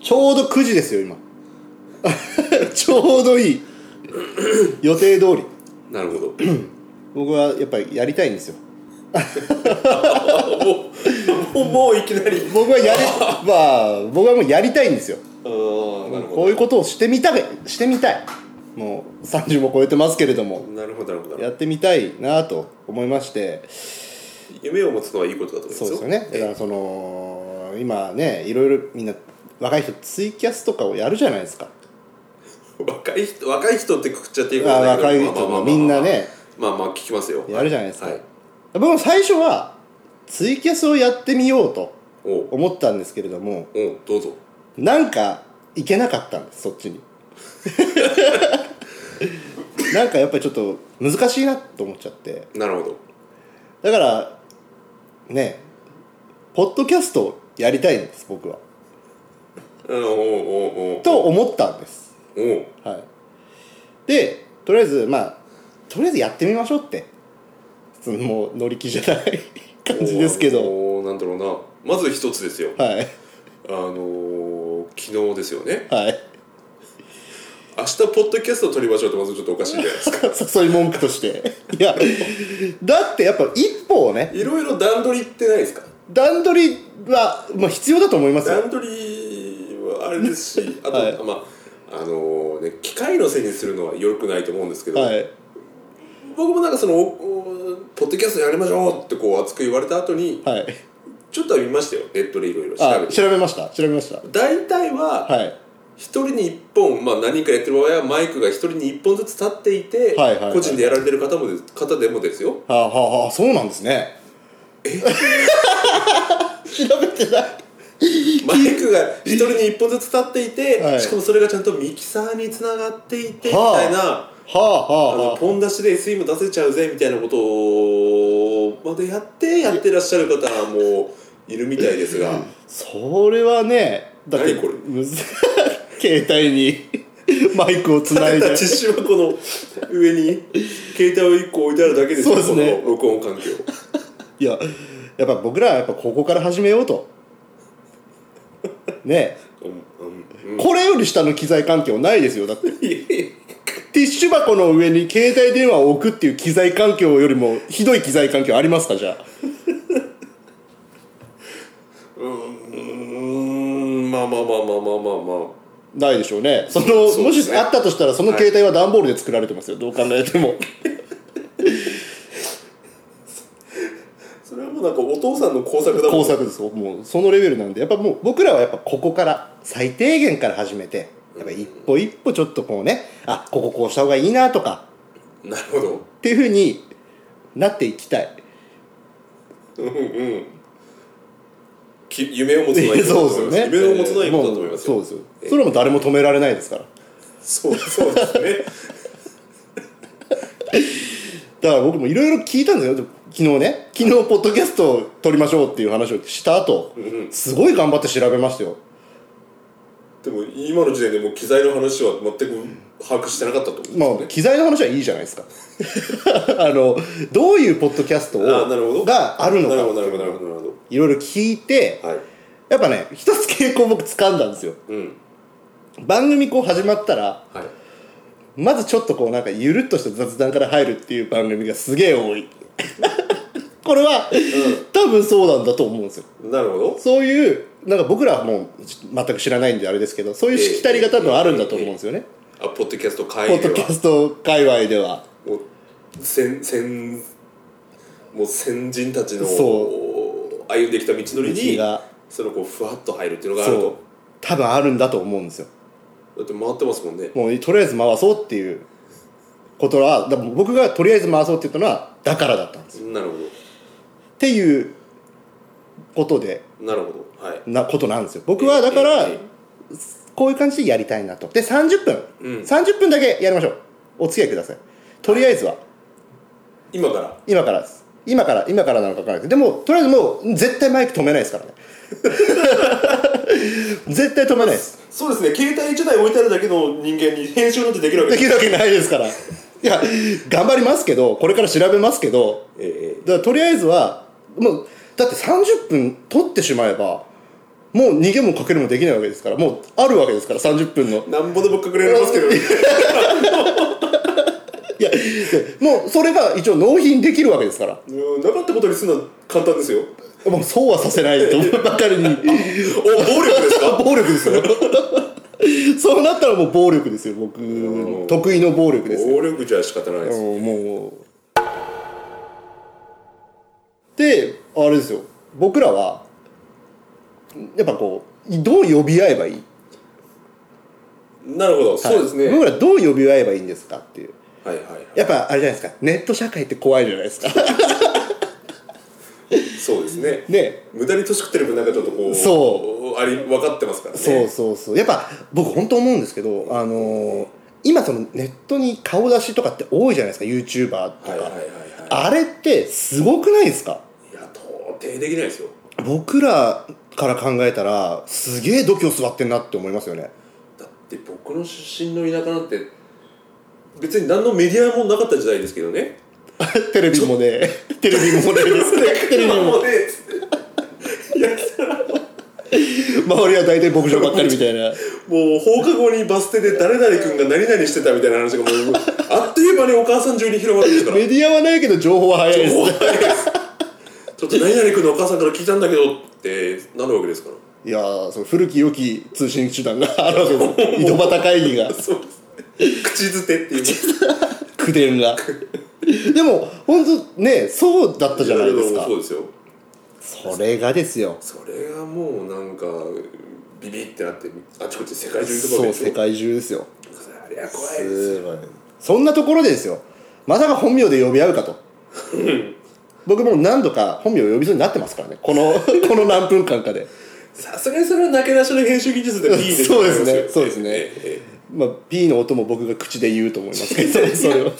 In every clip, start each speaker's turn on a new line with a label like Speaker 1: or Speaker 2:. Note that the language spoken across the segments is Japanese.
Speaker 1: ちょうど9時ですよ今 ちょうどいい予定通り
Speaker 2: なるほど
Speaker 1: 僕はやっぱりやりたいんですよ
Speaker 2: もうもういきなり
Speaker 1: 僕はやり まあ僕はもうやりたいんですよ
Speaker 2: あーなる
Speaker 1: こ
Speaker 2: ほ
Speaker 1: ういうことをしてみたいしてみたいもう30も超えてますけれども
Speaker 2: どなるほどなるほど
Speaker 1: やってみたいなと思いまして
Speaker 2: 夢を持つのはいいことだと思いま
Speaker 1: そう
Speaker 2: す
Speaker 1: ですよ
Speaker 2: よ
Speaker 1: ねだからその今ねいろいろみんな若い人ツイキャスとかをやるじゃないですか
Speaker 2: 若い人若い人ってくくっちゃっていい
Speaker 1: あ若い人もみんなね
Speaker 2: まあまあ聞きますよ
Speaker 1: やるじゃないですか、
Speaker 2: はい
Speaker 1: 僕も最初はツイキャスをやってみようと
Speaker 2: おう
Speaker 1: 思ったんですけれども
Speaker 2: おうどうぞ
Speaker 1: なんかいけなかったんですそっちに なんかやっぱりちょっと難しいなと思っちゃって
Speaker 2: なるほど
Speaker 1: だからねポッドキャストをやりたいんです僕は
Speaker 2: うんおうおうおう
Speaker 1: と思ったんです
Speaker 2: おう
Speaker 1: はいでとりあえずまあとりあえずやってみましょうってそのもう乗り気じゃない 感じですけど
Speaker 2: おうなんだろうなまず一つですよ
Speaker 1: はい
Speaker 2: あのー、昨日ですよね
Speaker 1: はい
Speaker 2: 明日ポッドキャスト撮りましょうってまずちょっとおかしいじゃない ですか
Speaker 1: 誘い文句としていやだってやっぱ一歩をね
Speaker 2: いろいろ段取りってないですか
Speaker 1: 段取りは、まあ、必要だと思いますよ
Speaker 2: 段取りはあれですしあと、
Speaker 1: はい
Speaker 2: まああのね機械のせいにするのはよくないと思うんですけど、
Speaker 1: はい
Speaker 2: 僕もなんかそのおおポッドキャストやりましょうってこう熱く言われた後に、
Speaker 1: はい
Speaker 2: ちょっとは見ましたよネットでいろいろ調
Speaker 1: あ
Speaker 2: べて
Speaker 1: 調べました調べました
Speaker 2: 大体は
Speaker 1: はい
Speaker 2: 一人に一本、まあ、何人かやってる場合はマイクが一人に一本ずつ立っていて、
Speaker 1: はいはいはい
Speaker 2: 個人でやられてる方もです方でもですよ
Speaker 1: はあ、はあはあ、そうなんですね え調べてない
Speaker 2: マイクが一人に一本ずつ立っていて、
Speaker 1: はい
Speaker 2: しかもそれがちゃんとミキサーにつながっていてみ
Speaker 1: はあ
Speaker 2: たいな。
Speaker 1: はあ
Speaker 2: あの
Speaker 1: は
Speaker 2: ポン出しで SM 出せちゃうぜみたいなことをまでやってやってらっしゃる方もいるみたいですが
Speaker 1: あそれはねだって
Speaker 2: 何これ
Speaker 1: むず 携帯に マイクをつない
Speaker 2: 立
Speaker 1: で
Speaker 2: ちシワこの上に携帯を1個置いてあるだけですよ
Speaker 1: そうですね
Speaker 2: この録音環境
Speaker 1: いややっぱ僕らはやっぱここから始めようとね
Speaker 2: うんうんうん
Speaker 1: これより下の機材環境ないですよだって
Speaker 2: いやいや
Speaker 1: ティッシュ箱の上に携帯電話を置くっていう機材環境よりもひどい機材環境ありますかじゃあ
Speaker 2: うーんまあまあまあまあまあまあまあ
Speaker 1: ないでしょうねその
Speaker 2: そう
Speaker 1: も
Speaker 2: です
Speaker 1: し
Speaker 2: ね
Speaker 1: あったとしたらその携帯は段ボールで作られてますよ、どう考えても
Speaker 2: それはもうなんかお父さんの工作だもん
Speaker 1: 工作ですよもうそのレベルなんでやっぱもう僕らはやっぱここから最低限から始めてやっぱ一歩一歩ちょっとこうねあこここうした方がいいなとか
Speaker 2: なるほど
Speaker 1: っていうふうになっていきたい
Speaker 2: うんうんき夢を持つのはいいことだ
Speaker 1: そう
Speaker 2: と
Speaker 1: ですよ
Speaker 2: 思います
Speaker 1: ね
Speaker 2: 夢を持つのはいいことだと思いますよ
Speaker 1: もうそうですよそれも誰も止められないですから
Speaker 2: そうそうですね
Speaker 1: だから僕もいろいろ聞いたんですよでも昨日ね昨日ポッドキャストを撮りましょうっていう話をした後
Speaker 2: うんうん
Speaker 1: すごい頑張って調べましたよ
Speaker 2: でも今の時点でもう機材の話は全く把握してなかったと
Speaker 1: ま
Speaker 2: 思うん
Speaker 1: あ
Speaker 2: です
Speaker 1: 機材の話はいいじゃないですか あのどういうポッドキャストを
Speaker 2: あなるほど
Speaker 1: があるの
Speaker 2: よねなるほど
Speaker 1: か
Speaker 2: なるほどなるほどなるほ
Speaker 1: いろいろ聞いて
Speaker 2: どはい
Speaker 1: やっぱね一つ傾向僕掴んだんですよ
Speaker 2: うん
Speaker 1: 番組こう始まったら
Speaker 2: はい
Speaker 1: まずちょっとこうなんかゆるっとした雑談から入るっていう番組がすげえ多い これは、多分そうなんだと思うんですよ
Speaker 2: なるほど
Speaker 1: そういうなんか僕らはもうち全く知らないんであれですけどそういうしきたりが多分あるんだと思うんですよね、
Speaker 2: あポッドキャスト会
Speaker 1: ポッ
Speaker 2: で
Speaker 1: ドキャ
Speaker 2: は
Speaker 1: スト界隈では
Speaker 2: もう先先もう先人たちの歩んできた道のり
Speaker 1: 道
Speaker 2: に
Speaker 1: が
Speaker 2: そのこうふわっと入るっていうのがある
Speaker 1: そう
Speaker 2: と
Speaker 1: 多分あるんだと思うんですよ
Speaker 2: だって回ってますもんね
Speaker 1: もうとりあえず回そうっていうことはだから僕がとりあえず回そうって言ったのはだからだったんですよ
Speaker 2: なるほ
Speaker 1: っていうことで
Speaker 2: どなるほどはい
Speaker 1: なことなんですよ僕はだから
Speaker 2: えええ
Speaker 1: こういう感じでやりたいなとで30分、
Speaker 2: うん
Speaker 1: 30分だけやりましょうお付き合いくださいとりあえずは
Speaker 2: 今から
Speaker 1: 今からです今から今からなのか分からないですでもとりあえずもう絶対マイク止めないですからね 絶対止めないです
Speaker 2: そうですね携帯1台置いてあるだけの人間に編集なんてできるわけ
Speaker 1: で
Speaker 2: です
Speaker 1: きるわけないですからいや頑張りますけどこれから調べますけど
Speaker 2: えええ
Speaker 1: だからとりあえずはもうだって30分取ってしまえばもう逃げもかけるもできないわけですからもうあるわけですから30分の
Speaker 2: なんぼでも隠れられますけどね
Speaker 1: いやもうそれが一応納品できるわけですから
Speaker 2: うんなかったことにするのは簡単ですよ
Speaker 1: もうそうはさせないと ばかりに
Speaker 2: お暴力ですか
Speaker 1: 暴力ですよそうなったらもう暴力ですよ僕
Speaker 2: うん
Speaker 1: 得意の暴力ですよ
Speaker 2: 暴力じゃ仕方ないです
Speaker 1: うんもうであれですよ僕らはやっぱこうどう呼び合えばいい
Speaker 2: なるほどそうですね
Speaker 1: 僕らどう呼び合えばいいんですかっていう
Speaker 2: はいはいはい
Speaker 1: やっぱあれじゃないですかネット社会って怖いじゃないですか
Speaker 2: そうですね
Speaker 1: ね
Speaker 2: 無駄に年食ってる分なんかちょっとこう
Speaker 1: そ
Speaker 2: あり分かってますからね
Speaker 1: そうそうそうやっぱ僕本当思うんですけどあのー今そのネットに顔出しとかって多いじゃないですか YouTuber とか、
Speaker 2: はいはいはいはい
Speaker 1: あれってすごくないですか
Speaker 2: いや到底できないですよ
Speaker 1: 僕らから考えたらすげえ度胸座ってんなって思いますよ ね
Speaker 2: だって僕の出身の田舎なんて別に何のメディアもなかった時代ですけど ね
Speaker 1: テレビもねテレビもねですね テレビも
Speaker 2: もうね
Speaker 1: 周りは大体牧場ばっかりみたいな
Speaker 2: もう放課後にバス停で誰々君が何々してたみたいな話がもうあっという間にお母さん中に広まってるから
Speaker 1: メディアはないけど情報は早いです
Speaker 2: もう早いです ちょっと何々君のお母さんから聞いたんだけどってなるわけですから
Speaker 1: いやーその古き良き通信手段があるわけ です井戸端会議が
Speaker 2: そうです口づてっていう
Speaker 1: 口伝が でも本当ねそうだったじゃないですか
Speaker 2: そうですよ
Speaker 1: それがですよ
Speaker 2: それがもうなんかビビってなってあちこち世界中に飛ぶ
Speaker 1: そ
Speaker 2: わけ
Speaker 1: う
Speaker 2: ですよ
Speaker 1: 世界中ですよ
Speaker 2: あれは怖いです
Speaker 1: すごいそんなところでですよまさか本名で呼び合うかと僕もう何度か本名を呼びそうになってますからねこ のこの何分間かで、
Speaker 2: さすがにそれはなけなしの編集技術で P で
Speaker 1: そうですねそうですね
Speaker 2: ええ
Speaker 1: まあ、P の音も僕が口で言うと思います けどそれは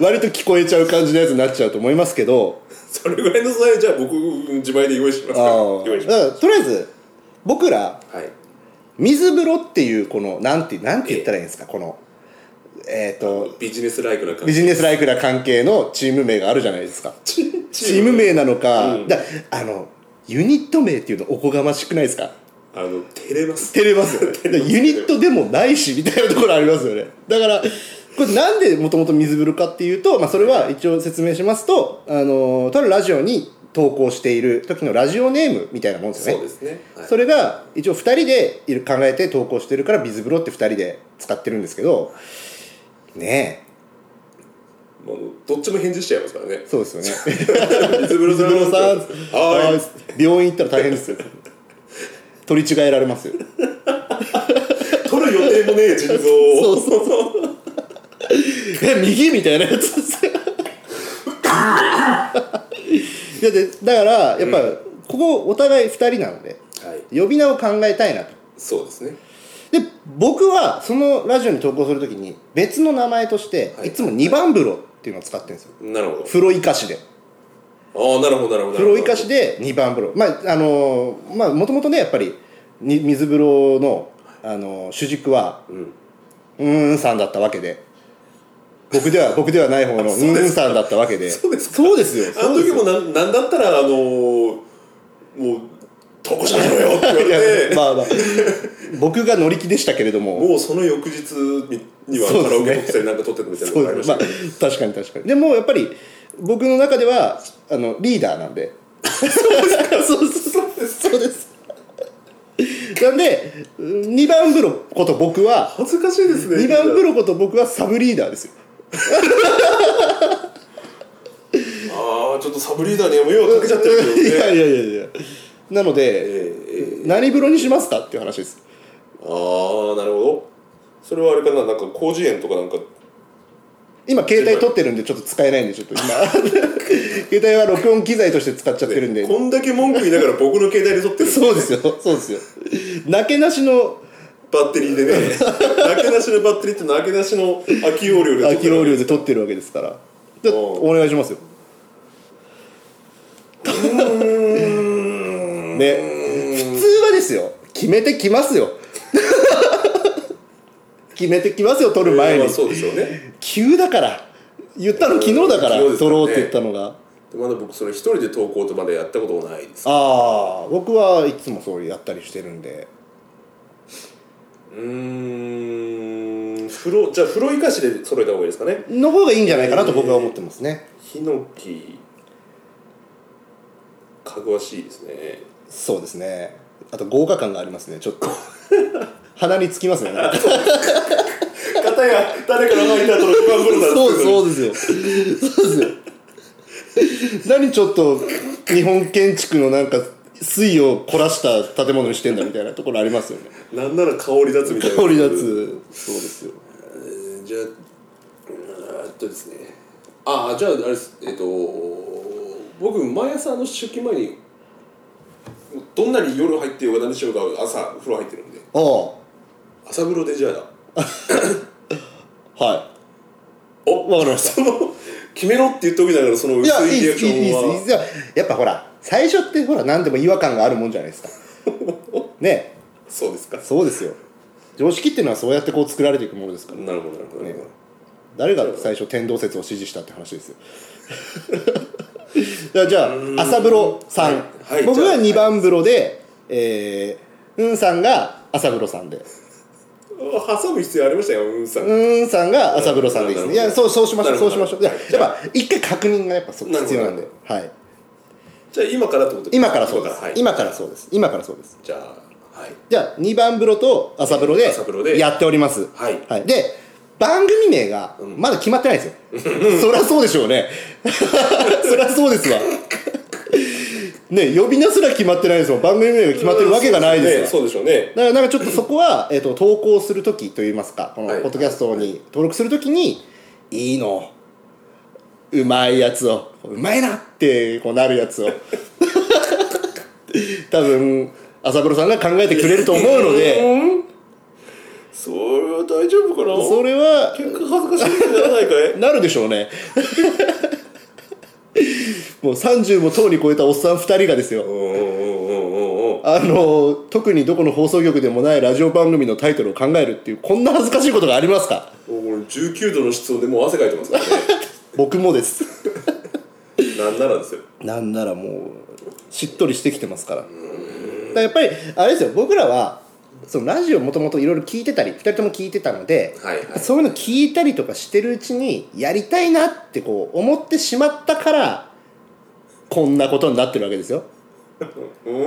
Speaker 1: 割と聞こえちゃう感じのやつになっちゃうと思いますけど
Speaker 2: それぐらいの際じゃあ僕自前で用意しますから
Speaker 1: あ
Speaker 2: 用意
Speaker 1: ー
Speaker 2: しま
Speaker 1: だからとりあえず僕ら
Speaker 2: すはい
Speaker 1: 水風呂っていうこのなんてなんて言ったらいいんですかこのえっ、と
Speaker 2: ビジネスライクな感
Speaker 1: ビ
Speaker 2: じ
Speaker 1: ジネスライクな関係のチーム名があるじゃないですか チーム名なのか,、
Speaker 2: うん
Speaker 1: だあのユニット名っていうのおこがましくないですか
Speaker 2: あの照れます
Speaker 1: 照れます よねだからユニットでもないしみたいなところありますよねだからこれなんでもともと水風呂かっていうと、まあ、それは一応説明しますとあのとあるラジオに投稿している時のラジオネームみたいなもんですよね
Speaker 2: そうですねはい
Speaker 1: それが一応2人でいる考えて投稿してるから水風呂って2人で使ってるんですけどね
Speaker 2: もうどっちも返事しちゃいますからね
Speaker 1: えそうですよね
Speaker 2: 水風呂
Speaker 1: 水風呂さん
Speaker 2: は
Speaker 1: あー病院行ったら大変ですよ取り違えられますよ
Speaker 2: い取る予定もねえ腎臓を
Speaker 1: そうそうそうえ右みたいなやつですよいやでだからやっぱ、ここお互い2人なので
Speaker 2: はい
Speaker 1: 呼び名を考えたいなと
Speaker 2: そうですね
Speaker 1: で僕はそのラジオに投稿するときに別の名前として、
Speaker 2: はい
Speaker 1: い、つも2番風呂っていうのを使ってるんですよ
Speaker 2: なるほ
Speaker 1: 風呂生かしで
Speaker 2: どああなるほどなるほどなるほど
Speaker 1: 風呂生かしで2番風呂まああのーまあもともとねやっぱりに水風呂の、あのー主軸は
Speaker 2: うん
Speaker 1: うーんさんだったわけで僕では僕ではない方のう
Speaker 2: そうです
Speaker 1: ーんさんだったわけで
Speaker 2: そうですか
Speaker 1: そうですよ
Speaker 2: あ
Speaker 1: そ
Speaker 2: の
Speaker 1: うです
Speaker 2: 時
Speaker 1: よ
Speaker 2: もなんなんだったらあのーもう投稿しなさいよって言われ
Speaker 1: い
Speaker 2: て
Speaker 1: やまあまあ僕が乗り気でしたけれども
Speaker 2: もうその翌日にには
Speaker 1: そう
Speaker 2: カ
Speaker 1: です
Speaker 2: ラ
Speaker 1: ね
Speaker 2: オケボックスでなんか撮ってたみたいな
Speaker 1: そ
Speaker 2: の
Speaker 1: う
Speaker 2: があり
Speaker 1: ですま
Speaker 2: ました
Speaker 1: あ
Speaker 2: けど
Speaker 1: 確かに確かにでもやっぱり僕の中ではあのリーダーなんでそうですそうですそうですなんで2番風呂こと僕は
Speaker 2: 恥ずかしいですね
Speaker 1: 2番風呂こと僕はサブリーダーですよ
Speaker 2: ああちょっとサブリーダーには迷惑かけちゃってるけどね
Speaker 1: いやいやいやいやなの
Speaker 2: え
Speaker 1: で
Speaker 2: ーえー
Speaker 1: 何風呂にしますかっていう話です
Speaker 2: ああなるほどそれはあれかななんか広辞苑とかなんか
Speaker 1: 今携帯取ってるんでちょっと使えないんでちょ っと今携帯は録音機材として使っちゃってるんで
Speaker 2: こんだけ文句言いながら僕の携帯で撮ってる
Speaker 1: そうですよそうですよなけなしの
Speaker 2: バッテリーで ねなけなしのバッテリーってなけなしの空き容量で撮ってる
Speaker 1: 空き容量で取ってるわけですからで
Speaker 2: うん
Speaker 1: お願いしますよね普通はですよ決めてきますよ 決めてきますよ取る前
Speaker 2: ま
Speaker 1: に
Speaker 2: あそうでしょうね
Speaker 1: 急だから言ったの昨日だから
Speaker 2: うん昨日ですからね
Speaker 1: 取ろうって言ったのが
Speaker 2: でまだ僕それ一人で投稿ってまだやったことがないです
Speaker 1: ああ僕はいつもそうやったりしてるんで
Speaker 2: うーん風呂じゃあ風呂生かしで揃えた方がいいですかね
Speaker 1: の方がいいんじゃないかなと僕は思ってますね、
Speaker 2: ヒノキかぐわしいです ね
Speaker 1: そうですねあと豪華感がありますねちょっと鼻につきますねなんか
Speaker 2: 片や誰かの前にだと不安
Speaker 1: そう
Speaker 2: 者
Speaker 1: そうですよそうですよ何ちょっと日本建築のなんか水を凝らした建物にしてんだみたいなところありますよね
Speaker 2: なんなら香り立つみたいな
Speaker 1: 香り立つそうですよ
Speaker 2: えーじゃあうーんとですねああじゃああれですえっ、と僕毎朝あの出勤前にどんなに夜入ってようが何しようが朝風呂入ってるんで
Speaker 1: ああ
Speaker 2: 朝風呂でじゃあ
Speaker 1: は
Speaker 2: お
Speaker 1: いわかりました
Speaker 2: その決めろって言っておきながらその
Speaker 1: い
Speaker 2: 薄
Speaker 1: や、い
Speaker 2: い
Speaker 1: い
Speaker 2: リア
Speaker 1: で
Speaker 2: ク
Speaker 1: す、
Speaker 2: シ
Speaker 1: いいです、い
Speaker 2: ョンはい
Speaker 1: です。いややっぱほら、最初ってほら、何でも違和感があるもんじゃないですか。ね
Speaker 2: そうですか
Speaker 1: そうですよ。常識っていうのはそうやってこう作られていくものですから。
Speaker 2: なるほどなるほど、なるほど
Speaker 1: 誰が最初天動説を支持したって話ですよ。 だからじゃあ、朝風呂さん
Speaker 2: はいはい。
Speaker 1: 僕
Speaker 2: じゃ
Speaker 1: が
Speaker 2: あ
Speaker 1: 2番風呂で、えー、うんさんが朝風呂さんで。
Speaker 2: あ挟む必要ありましたようんさん、
Speaker 1: うーんさんが朝風呂さんでいいですね。い
Speaker 2: なる
Speaker 1: や、
Speaker 2: ほど
Speaker 1: そう、そうしましょう、
Speaker 2: な
Speaker 1: そう
Speaker 2: るほ
Speaker 1: し
Speaker 2: ど
Speaker 1: ましょう。いややっぱ、一回確認がやっぱそう必要なん
Speaker 2: な
Speaker 1: で
Speaker 2: る。
Speaker 1: はい。
Speaker 2: じゃあ今からってこと
Speaker 1: 今からそうです
Speaker 2: 今はい、
Speaker 1: 今からそうです今からそうです
Speaker 2: じゃあはい
Speaker 1: じゃあ2番風呂と朝風呂で
Speaker 2: 朝風呂で
Speaker 1: やっております
Speaker 2: はい
Speaker 1: で番組名がまだ決まってないんですよ、 そりゃそうでしょうねそりゃそうですわね呼び名すら決まってないですもん番組名が決まってるわけがないですよ
Speaker 2: そうでしょうね
Speaker 1: だからなんかちょっとそこは、えっと投稿するときといいますかこの
Speaker 2: はい
Speaker 1: ポッドキャストに登録するときに、い、いのうまいやつをうまいなってこうなるやつを 多分朝風呂さんが考えてくれると思うので
Speaker 2: それは大丈夫かな
Speaker 1: それは
Speaker 2: 結果恥ずかしいことにならないかい
Speaker 1: なるでしょうね もう30もとうに超えたおっさん2人がですよ
Speaker 2: うんうんうんうんうん
Speaker 1: あの特にどこの放送局でもないラジオ番組のタイトルを考えるっていうこんな恥ずかしいことがありますか
Speaker 2: 俺19度の室温でもう汗かいてますからね
Speaker 1: 僕もです
Speaker 2: なんならですよ
Speaker 1: なんならもうしっとりしてきてますからだからやっぱりあれですよ僕らはそのラジオもともといろいろ聞いてたり2人とも聞いてたので、
Speaker 2: はいはい
Speaker 1: そういうの聞いたりとかしてるうちにやりたいなってこう思ってしまったからこんなことになってるわけですよ、
Speaker 2: うんうん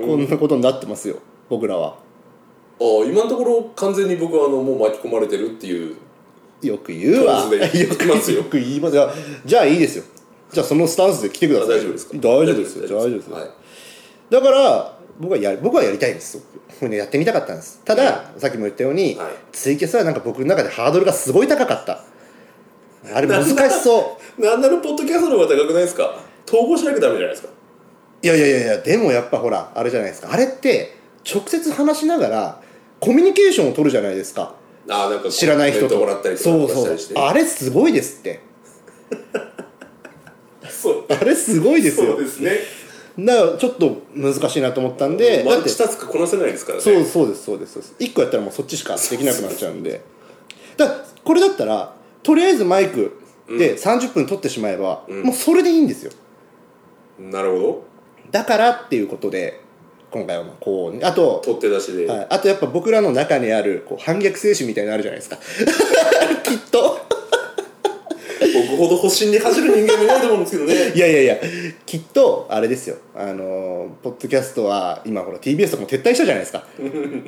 Speaker 2: うん
Speaker 1: こんなことになってますよ僕らは
Speaker 2: ああ今のところ完全に僕はあのもう巻き込まれてるっていう
Speaker 1: よく言うわ
Speaker 2: そうですね
Speaker 1: よく
Speaker 2: 言いますよ
Speaker 1: よく言いますじゃあじゃあいいですよじゃあそのスタンスで来てくだ
Speaker 2: あ
Speaker 1: さい
Speaker 2: 大丈夫ですか
Speaker 1: 大丈夫ですよ大丈夫ですよ、
Speaker 2: はい
Speaker 1: だから僕はや僕はやりたいんですよこういうのやってみたかったんですただ、さっきも言ったように、
Speaker 2: はい
Speaker 1: ツイキャスはなんか僕の中でハードルがすごい高かったあれ難しそう
Speaker 2: なんならポッドキャストの方が高くないですか統合しなきゃダメじゃないですか
Speaker 1: いやいやいやいやでもやっぱほらあれじゃないですかあれって直接話しながらコミュニケーションを取るじゃないですか
Speaker 2: ああなんかこう
Speaker 1: 知らない人
Speaker 2: コメン
Speaker 1: と
Speaker 2: トもらったりとか
Speaker 1: そう
Speaker 2: し
Speaker 1: そ
Speaker 2: た
Speaker 1: う
Speaker 2: りして
Speaker 1: あれすごいですって
Speaker 2: そう
Speaker 1: あれすごいです
Speaker 2: そう
Speaker 1: よ
Speaker 2: ですね
Speaker 1: だからちょっと難しいなと思ったんで
Speaker 2: マ
Speaker 1: だ
Speaker 2: ル
Speaker 1: って
Speaker 2: チタスクこなせないですからね
Speaker 1: そうそうですそうですそうです1個やったらもうそっちしかできなくなっちゃうんでだからこれだったらとりあえずマイクで30分撮ってしまえば、
Speaker 2: うん
Speaker 1: もうそれでいいんですよ
Speaker 2: なるほ
Speaker 1: だからっていうことで今回はまあこうあと
Speaker 2: ど、取って出しで、
Speaker 1: はい、あとやっぱ僕らの中にあるこう反逆精神みたいなのあるじゃないですか きっと
Speaker 2: 僕ほど保身に走る人間もいないと思うんですけどね
Speaker 1: いやいやいやきっとあれですよあのーポッドキャストは今ほら TBS とかも撤退したじゃないですか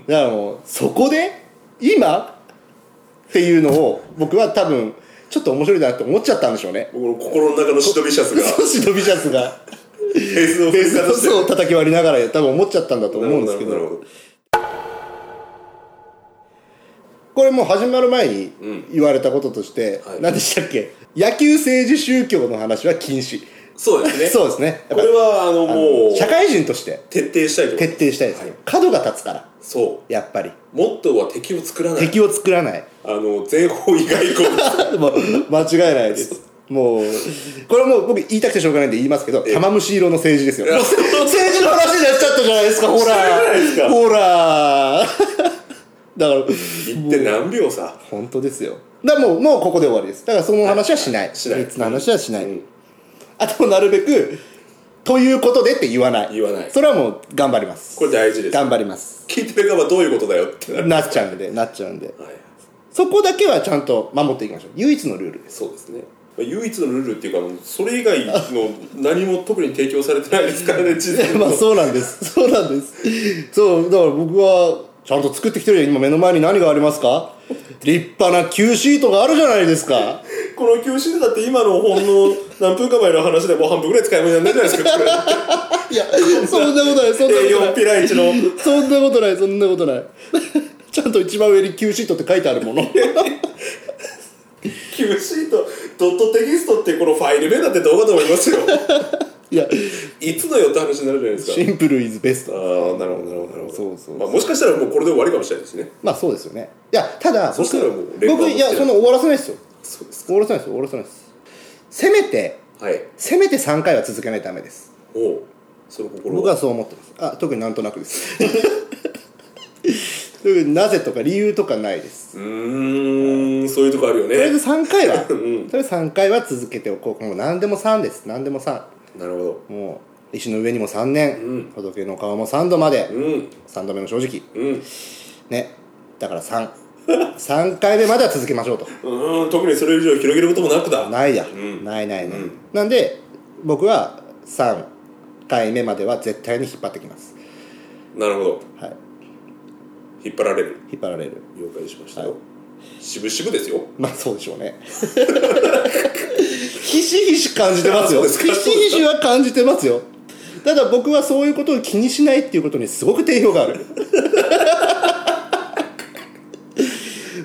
Speaker 1: だからもうそこで今っていうのを僕は多分ちょっと面白いなって思っちゃったんでしょうね
Speaker 2: 僕の心の中のシドビシャスが
Speaker 1: 少し伸びシャツが
Speaker 2: フェースのフェ
Speaker 1: ベ
Speaker 2: ー
Speaker 1: ー
Speaker 2: ス
Speaker 1: ス
Speaker 2: が
Speaker 1: の
Speaker 2: して
Speaker 1: そう叩き割りながら多分思っちゃったんだと
Speaker 2: な
Speaker 1: 思
Speaker 2: る
Speaker 1: うんで
Speaker 2: ほ
Speaker 1: すけど
Speaker 2: なるほど
Speaker 1: これもう始まる前に
Speaker 2: うん
Speaker 1: 言われたこととして、
Speaker 2: はい
Speaker 1: 何でしたっけ野球政治宗教の話は禁止、
Speaker 2: そうですね
Speaker 1: そうですねや
Speaker 2: こ
Speaker 1: っぱ
Speaker 2: れはあの
Speaker 1: あの
Speaker 2: もう
Speaker 1: 社会人として
Speaker 2: 徹底したいと思い
Speaker 1: 徹
Speaker 2: ます
Speaker 1: 底したいですね、角が立つから
Speaker 2: そ
Speaker 1: やっぱり
Speaker 2: うモットーは敵を作らない
Speaker 1: 敵を作らない
Speaker 2: あの全方位外交
Speaker 1: もう間違いないですもうこれはもう僕言いたくてしょうがないんで言いますけど
Speaker 2: ええ
Speaker 1: 玉虫色の政治ですよ
Speaker 2: いや
Speaker 1: もう政治の話になっちゃったじゃないですかほら
Speaker 2: してるじゃ
Speaker 1: ほらだから
Speaker 2: 言って何秒さ
Speaker 1: 本当ですよだからもうもうここで終わりですだからその話はしない
Speaker 2: しない
Speaker 1: 秘密の話はしない、
Speaker 2: うん
Speaker 1: あとなるべく「ということで」って言わない
Speaker 2: 言わない
Speaker 1: それはもう頑張ります
Speaker 2: これ大事です
Speaker 1: 頑張ります
Speaker 2: 聞いてる側はどういうことだよってなる
Speaker 1: なっちゃうんでなっちゃうんで
Speaker 2: はい
Speaker 1: そこだけはちゃんと守っていきましょう唯一のルールです
Speaker 2: そうですねまあ唯一のルールっていうかあのそれ以外の何も特に提供されてないですからね地図
Speaker 1: まあそうなんですそうなんですそうだから僕はちゃんと作ってきてるよ今目の前に何がありますか立派な Q シートがあるじゃないですか
Speaker 2: この休止でだって今のほんの何分か前の話でもう半分ぐらい使い物になるじ ゃないですかこ
Speaker 1: いやそんなことないそんな
Speaker 2: れ
Speaker 1: ことな
Speaker 2: A4
Speaker 1: い
Speaker 2: ピライチの
Speaker 1: そんなことないそんなことない ちゃんと一番上に Q シートって書 いてあるもの
Speaker 2: Q シートドットテキストっていうこのファイル名だってどうかと思い ますよ
Speaker 1: いや
Speaker 2: いつのよって話になるじゃないですか
Speaker 1: シンプルイズベス
Speaker 2: あ
Speaker 1: ト
Speaker 2: あなるほどなるほどなるほど
Speaker 1: そうそう
Speaker 2: まあ、もしかしたらもうこれで終わりかもしれないですね
Speaker 1: まあそうですよねいやただ
Speaker 2: そしたらもう連
Speaker 1: 僕
Speaker 2: 絡
Speaker 1: いや
Speaker 2: して
Speaker 1: その終わらせないですよ
Speaker 2: そうです
Speaker 1: 終わらせないですよ終わらせないですせめて
Speaker 2: はい
Speaker 1: せめて3回は続けないとダメです
Speaker 2: おうその心
Speaker 1: 僕はそう思ってますあ特になんとなくです 特になぜとか理由とかないです
Speaker 2: うーんそういうとこあるよ
Speaker 1: とりあえ
Speaker 2: ね
Speaker 1: ず3回は、
Speaker 2: う
Speaker 1: と
Speaker 2: ん
Speaker 1: りあえず3回は続けておこうもう何でも3です何でも3
Speaker 2: なるほど
Speaker 1: もう石の上にも3年、
Speaker 2: うん
Speaker 1: 仏の顔も3度まで、
Speaker 2: うん
Speaker 1: 3度目の正直
Speaker 2: うんう
Speaker 1: ねだから33回目までは続けましょうと
Speaker 2: ーん特にそれ以上広げることもなくだ
Speaker 1: ないや、
Speaker 2: うん
Speaker 1: ないないない、
Speaker 2: うん
Speaker 1: なんで僕は3回目までは絶対に引っ張ってきます
Speaker 2: なるほど
Speaker 1: はい
Speaker 2: 引っ張られる
Speaker 1: 引っ張られる
Speaker 2: 了解しました
Speaker 1: は
Speaker 2: よ渋々ですよ
Speaker 1: まあそうでしょうね ひしひし感じてますよ
Speaker 2: あ
Speaker 1: ひ
Speaker 2: そうですか
Speaker 1: しひしは感じてますよただ僕はそういうことを気にしないっていうことにすごく定評がある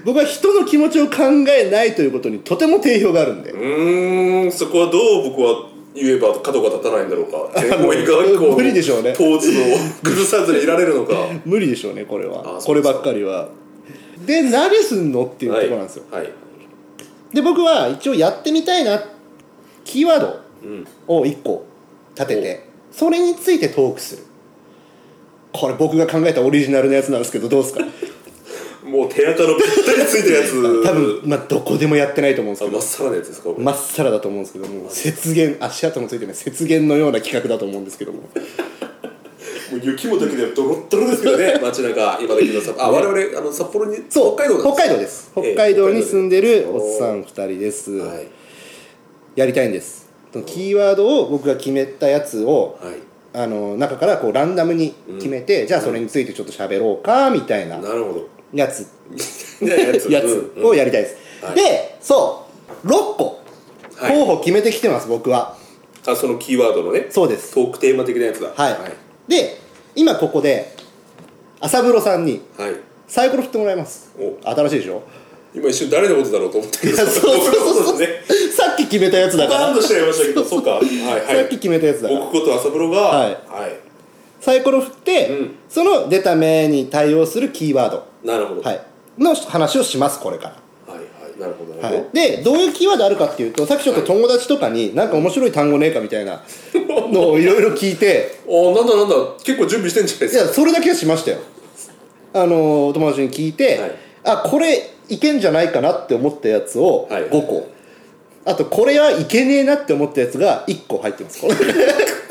Speaker 1: 僕は人の気持ちを考えないということにとても定評があるんで
Speaker 2: うーんそこはどう僕は言えば角が立たないんだろう か天皇以外以降
Speaker 1: 無理でしょうね
Speaker 2: 当時を崩さずにいられるのか
Speaker 1: 無理でしょうねこれ
Speaker 2: あ
Speaker 1: は
Speaker 2: そ
Speaker 1: こ
Speaker 2: うで
Speaker 1: れ
Speaker 2: すか
Speaker 1: ばっかりはで何すんのっていうところなんですよ、
Speaker 2: はい、はい
Speaker 1: で僕は一応やってみたいなキーワード
Speaker 2: うん、
Speaker 1: を1個立ててそれについてトークするこれ僕が考えたオリジナルのやつなんですけどどうですか
Speaker 2: もう手垢のべったりついたやつ
Speaker 1: 多分まあどこでもやってないと思うんです
Speaker 2: あ
Speaker 1: け
Speaker 2: ま
Speaker 1: ど
Speaker 2: っさらなやつですかこれ
Speaker 1: まっさらだと思うんですけども雪原足跡もついてない雪原のような企画だと思うんですけども
Speaker 2: もう雪も時でドロッドロです よね街中今時の札あ我々あの札幌に
Speaker 1: そう
Speaker 2: 北海道なん
Speaker 1: 北海道です
Speaker 2: ええ
Speaker 1: 北海道に住んでる
Speaker 2: 北
Speaker 1: お
Speaker 2: 海道
Speaker 1: っ
Speaker 2: で
Speaker 1: さん2人です、
Speaker 2: はい
Speaker 1: やりたいんですそのキーワードを僕が決めたやつを
Speaker 2: はい
Speaker 1: あの中からこうランダムに決めて、じゃあそれについてちょっと喋ろうかみたいな
Speaker 2: なるほど
Speaker 1: やつ
Speaker 2: や
Speaker 1: やつ
Speaker 2: うんうん
Speaker 1: をやりたいです、
Speaker 2: はい
Speaker 1: でそう6個
Speaker 2: はい
Speaker 1: 候補決めてきてます、僕は
Speaker 2: あそのキーワードのね
Speaker 1: そうです
Speaker 2: トークテーマ的なやつだ
Speaker 1: はい、で今ここで朝風呂さんに
Speaker 2: はい、はい
Speaker 1: サイコロ振ってもらいます
Speaker 2: お
Speaker 1: 新しいでしょ
Speaker 2: 今一瞬誰のことだろうと思ったけ
Speaker 1: い
Speaker 2: ど
Speaker 1: やそうそうそう
Speaker 2: 僕のこ
Speaker 1: そ
Speaker 2: と
Speaker 1: う、
Speaker 2: ですね
Speaker 1: さっき決めたやつだ
Speaker 2: ポ
Speaker 1: から
Speaker 2: カーンとしちゃいましたけどそうかはいは
Speaker 1: さっき
Speaker 2: い
Speaker 1: 決めたやつだから
Speaker 2: 僕こと朝風呂が
Speaker 1: はい
Speaker 2: は
Speaker 1: サイコロ振って、
Speaker 2: うん
Speaker 1: その出た目に対応するキーワード、
Speaker 2: いなるほど
Speaker 1: はい、の話をしますこれから
Speaker 2: はいはいなるほどな
Speaker 1: は
Speaker 2: る
Speaker 1: い、でどういうキーワードあるかっていうとさっきちょっと友達とかになんか面白い単語ねえかみたいなのをいろいろ聞い て
Speaker 2: ほどあなんだなんだ結構準備してんじゃない
Speaker 1: い
Speaker 2: ですか
Speaker 1: やそれだけはしましたよあのー友達に聞いて、
Speaker 2: はい
Speaker 1: あこれいけんじゃないかなって思ったやつを
Speaker 2: はい
Speaker 1: 5個、あとこれはいけねえなって思ったやつが1個入ってますこ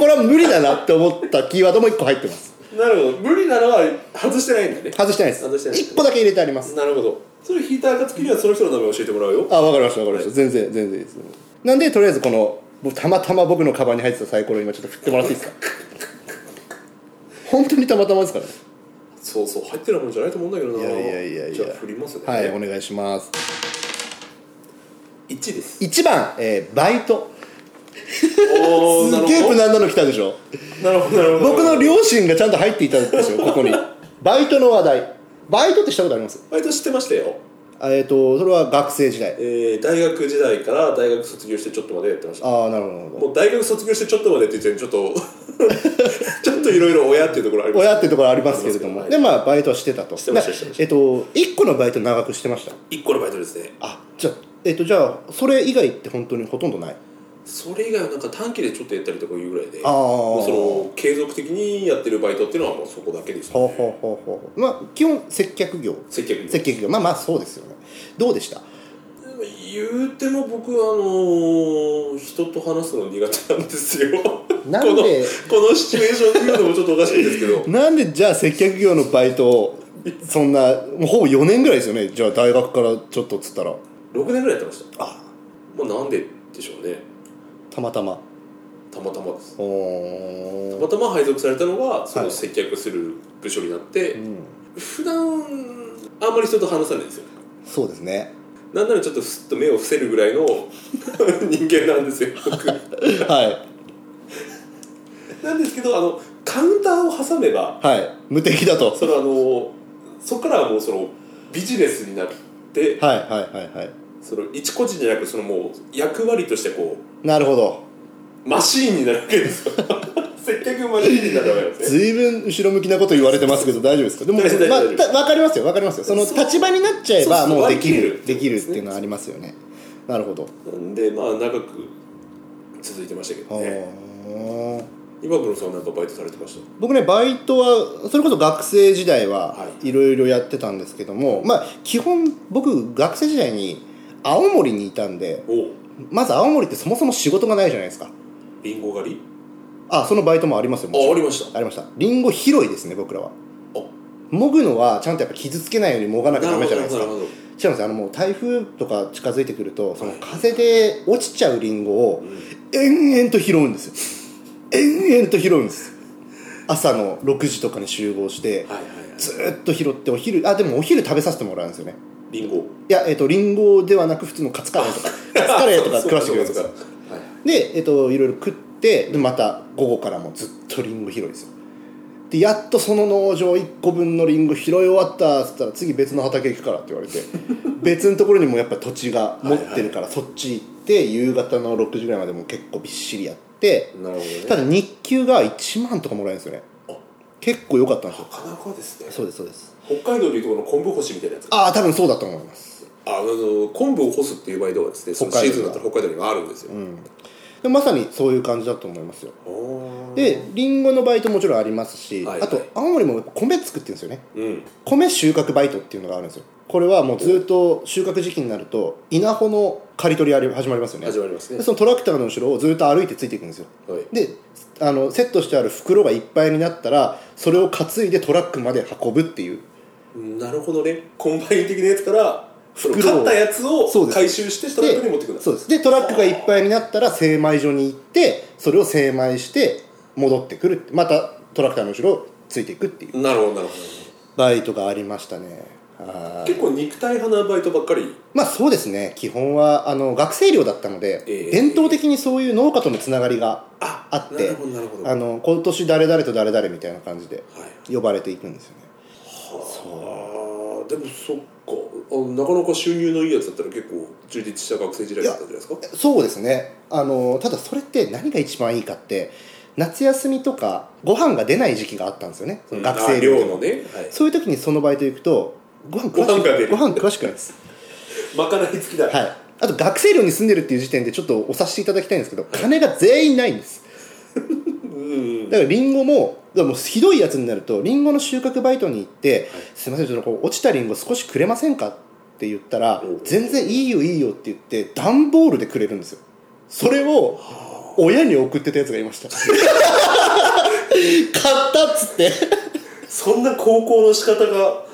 Speaker 1: れ は無理だなって思ったキーワードも1個入ってます
Speaker 2: なるほど無理なのは外してないんだね
Speaker 1: 外してないです
Speaker 2: 外してない
Speaker 1: 1個だけ入れてあります
Speaker 2: なるほどそれ引いた暁にはその人の名前教えてもらうよ
Speaker 1: あ分かりました分かりました全然全然いいですなんでとりあえずこの僕たまたま僕のカバンに入ってたサイコロを今ちょっと振ってもらっていいです か本当にたまたまですからね
Speaker 2: そうそう入ってるもんじゃないと思うんだけどない
Speaker 1: やいやいやいや
Speaker 2: じゃあ振りますね
Speaker 1: はいお願いします
Speaker 2: 1です
Speaker 1: 1番、えーバイト
Speaker 2: お
Speaker 1: す
Speaker 2: ー
Speaker 1: っげえ無難なの来たでしょ
Speaker 2: なるほどなるほど
Speaker 1: 僕の両親がちゃんと入っていたんです よここにバイトの話題バイトってしたことあります
Speaker 2: バイト知ってましたよ
Speaker 1: あえっ、とそれは学生時代
Speaker 2: えー大学時代から大学卒業してちょっとまでやってました
Speaker 1: ああなるほどなるほ
Speaker 2: もう大学卒業してちょっとまでって言ってちょっと ちょっといろいろ親っていうところあり
Speaker 1: ど
Speaker 2: ます
Speaker 1: 親ってところありますけれども
Speaker 2: あります
Speaker 1: で
Speaker 2: け
Speaker 1: まあバイトはしてたと
Speaker 2: してましたしてました
Speaker 1: えっ、と1個のバイト長くしてました
Speaker 2: 1個のバイトですね
Speaker 1: あじゃあえっ、とじゃあそれ以外って本当にほとんどない
Speaker 2: それ以外はなんか短期でちょっとやったりとかいうぐらいで
Speaker 1: あー
Speaker 2: もうその継続的にやってるバイトっていうのはもうそこだけでした、
Speaker 1: ほう
Speaker 2: ね、
Speaker 1: ほうほうほうまあ基本接客業
Speaker 2: 接客
Speaker 1: 接客業まあまあそうですよねどうでした
Speaker 2: い言うても僕あの人と話すの苦手なんですよ
Speaker 1: なんで
Speaker 2: このこのシチュエーションっていうのもちょっとおかしいんですけど
Speaker 1: なんでじゃあ接客業のバイトをそんなもうほぼ4年ぐらいですよねじゃあ大学からちょっとっつったら
Speaker 2: 6年ぐらいやってました
Speaker 1: あ
Speaker 2: もうなんででしょうね
Speaker 1: たまたま
Speaker 2: たまたまです
Speaker 1: お
Speaker 2: た
Speaker 1: お
Speaker 2: またま配属されたのがそ
Speaker 1: は
Speaker 2: の
Speaker 1: い
Speaker 2: 接客する部署になって、
Speaker 1: うん
Speaker 2: 普段あんまり人と話さないんですよ
Speaker 1: そうですね
Speaker 2: なんならちょっとすっと目を伏せるぐらいの 人間なんですよ僕
Speaker 1: は
Speaker 2: なんですけどあのカウンターを挟めば
Speaker 1: いはい無敵だと
Speaker 2: そのあのそこからはもうそのビジネスになって
Speaker 1: はいはいはいはい
Speaker 2: その一個人じゃなくそのもう役割としてこ
Speaker 1: なるほど
Speaker 2: うマシーンになるわけですよ 接客マシーンになるわけですね
Speaker 1: ずいぶん後ろ向きなこと言われてますけど大丈夫ですかでも、
Speaker 2: 大丈夫大
Speaker 1: まあ、
Speaker 2: 丈夫
Speaker 1: た分かりますよ分かりますよその
Speaker 2: そう
Speaker 1: 立場になっちゃえば
Speaker 2: そうそう
Speaker 1: もうでき
Speaker 2: 割り
Speaker 1: る
Speaker 2: 切れる
Speaker 1: できるっていうのはありますよねなるほど
Speaker 2: なんでまあ長く続いてましたけどね
Speaker 1: はあ
Speaker 2: 今室さんなんかバイトされてました
Speaker 1: 僕ねバイトはそれこそ学生時代は
Speaker 2: はい
Speaker 1: ろいろやってたんですけども、まあ基本僕学生時代に青森にいたんで
Speaker 2: おう
Speaker 1: まず青森ってそもそも仕事がないじゃないですか
Speaker 2: リンゴ狩り
Speaker 1: あそのバイトもありますよもちろん
Speaker 2: あありました
Speaker 1: ありましたりんご拾いですね僕らは
Speaker 2: あ
Speaker 1: もぐのはちゃんとやっぱ傷つけないようにもがなきゃダメじゃないですか
Speaker 2: なるほどなる
Speaker 1: 違うんですよあのもう台風とか近づいてくるとその風で落ちちゃうリンゴを
Speaker 2: ほどうん
Speaker 1: 延々と拾うんですよ延々と拾うんです朝の6時とかに集合して
Speaker 2: はいはいはい
Speaker 1: ずーっと拾ってお昼あでもお昼食べさせてもらうんですよね
Speaker 2: リンゴ
Speaker 1: いやえっ、とリンゴではなく普通のカツカレーとかカツカレーとか食らしてくれるんです
Speaker 2: そう
Speaker 1: よ
Speaker 2: かそうかはい
Speaker 1: でえっ、といろいろ食ってでまた午後からもずっとリンゴ拾いですよでやっとその農場1個分のリンゴ拾い終わったっつったら次別の畑行くからって言われ て別のところにもやっぱ土地が持ってるからそっち行って夕方の6時ぐらいまでも結構びっしりやって
Speaker 2: なるほどね
Speaker 1: ただ日給が1万とかもらえるんですよね
Speaker 2: あ
Speaker 1: 結構良かったんです
Speaker 2: な
Speaker 1: よ
Speaker 2: かなかですね
Speaker 1: そうですそうです
Speaker 2: 北海道でいうところの昆布干しみたいなやつ
Speaker 1: ああ多分そうだと思います
Speaker 2: ああの昆布を干すっていうバイトはですねその
Speaker 1: 北海
Speaker 2: シ
Speaker 1: 道
Speaker 2: ーズンだったら北海道にはあるんですよ、
Speaker 1: うんでまさにそういう感じだと思いますよ
Speaker 2: おー
Speaker 1: でりんごのバイトもちろんありますし、
Speaker 2: はい
Speaker 1: あと青森も米作ってるんですよね
Speaker 2: うん
Speaker 1: 米収穫バイトっていうのがあるんですよこれはもうずっと収穫時期になると稲穂の刈り取りあり始まりますよね
Speaker 2: 始まりますね
Speaker 1: でそのトラクターの後ろをずっと歩いてついていくんですよ
Speaker 2: はい
Speaker 1: であのセットしてある袋がいっぱいになったらそれを担いでトラックまで運ぶっていう
Speaker 2: うんなるほどねコンバイン的なやつからその
Speaker 1: 袋を
Speaker 2: 買ったやつ
Speaker 1: そう
Speaker 2: を
Speaker 1: です
Speaker 2: 回収してトラックに持ってくる
Speaker 1: そうですでトラックがいっぱいになったら精米所に行ってそれを精米して戻ってくるってまたトラクターの後ろをついていくっていう
Speaker 2: なるほどなるほ
Speaker 1: バイトがありましたねは
Speaker 2: ど
Speaker 1: い
Speaker 2: 結構肉体派なバイトばっかり
Speaker 1: まあそうですね基本はあの学生寮だったので、
Speaker 2: ええ
Speaker 1: 伝統的にそういう農家とのつながりが
Speaker 2: あ
Speaker 1: あって
Speaker 2: なるほどなるほど
Speaker 1: あの今年誰々と誰々みたいな感じで
Speaker 2: はい
Speaker 1: 呼ばれていくんですよね
Speaker 2: はあでもそっかあなかなか収入のいいやつだったら結構充実した学生時代だったんじゃないですか
Speaker 1: そうですねあのただそれって何が一番いいかって夏休みとかご飯が出ない時期があったんですよねその学生寮
Speaker 2: 寮
Speaker 1: の
Speaker 2: のね、はい、
Speaker 1: そういう時にそのバイト行くとご飯詳し
Speaker 2: ご飯が出
Speaker 1: く
Speaker 2: る
Speaker 1: ご飯詳しくないです
Speaker 2: まかない付きだ、
Speaker 1: はいあと学生寮に住んでるっていう時点でちょっとお察しいただきたいんですけど金が全員ないんです
Speaker 2: うん
Speaker 1: だからリンゴもだからもうひどいやつになるとリンゴの収穫バイトに行って
Speaker 2: はい
Speaker 1: 「すいませんちょっとこう落ちたリンゴ少しくれませんか?」って言ったら
Speaker 2: お
Speaker 1: 「全然いいよいいよ」って言って段ボールでくれるんですよそれを親に送ってたやつがいました 買ったっつって
Speaker 2: そんな高校の仕方が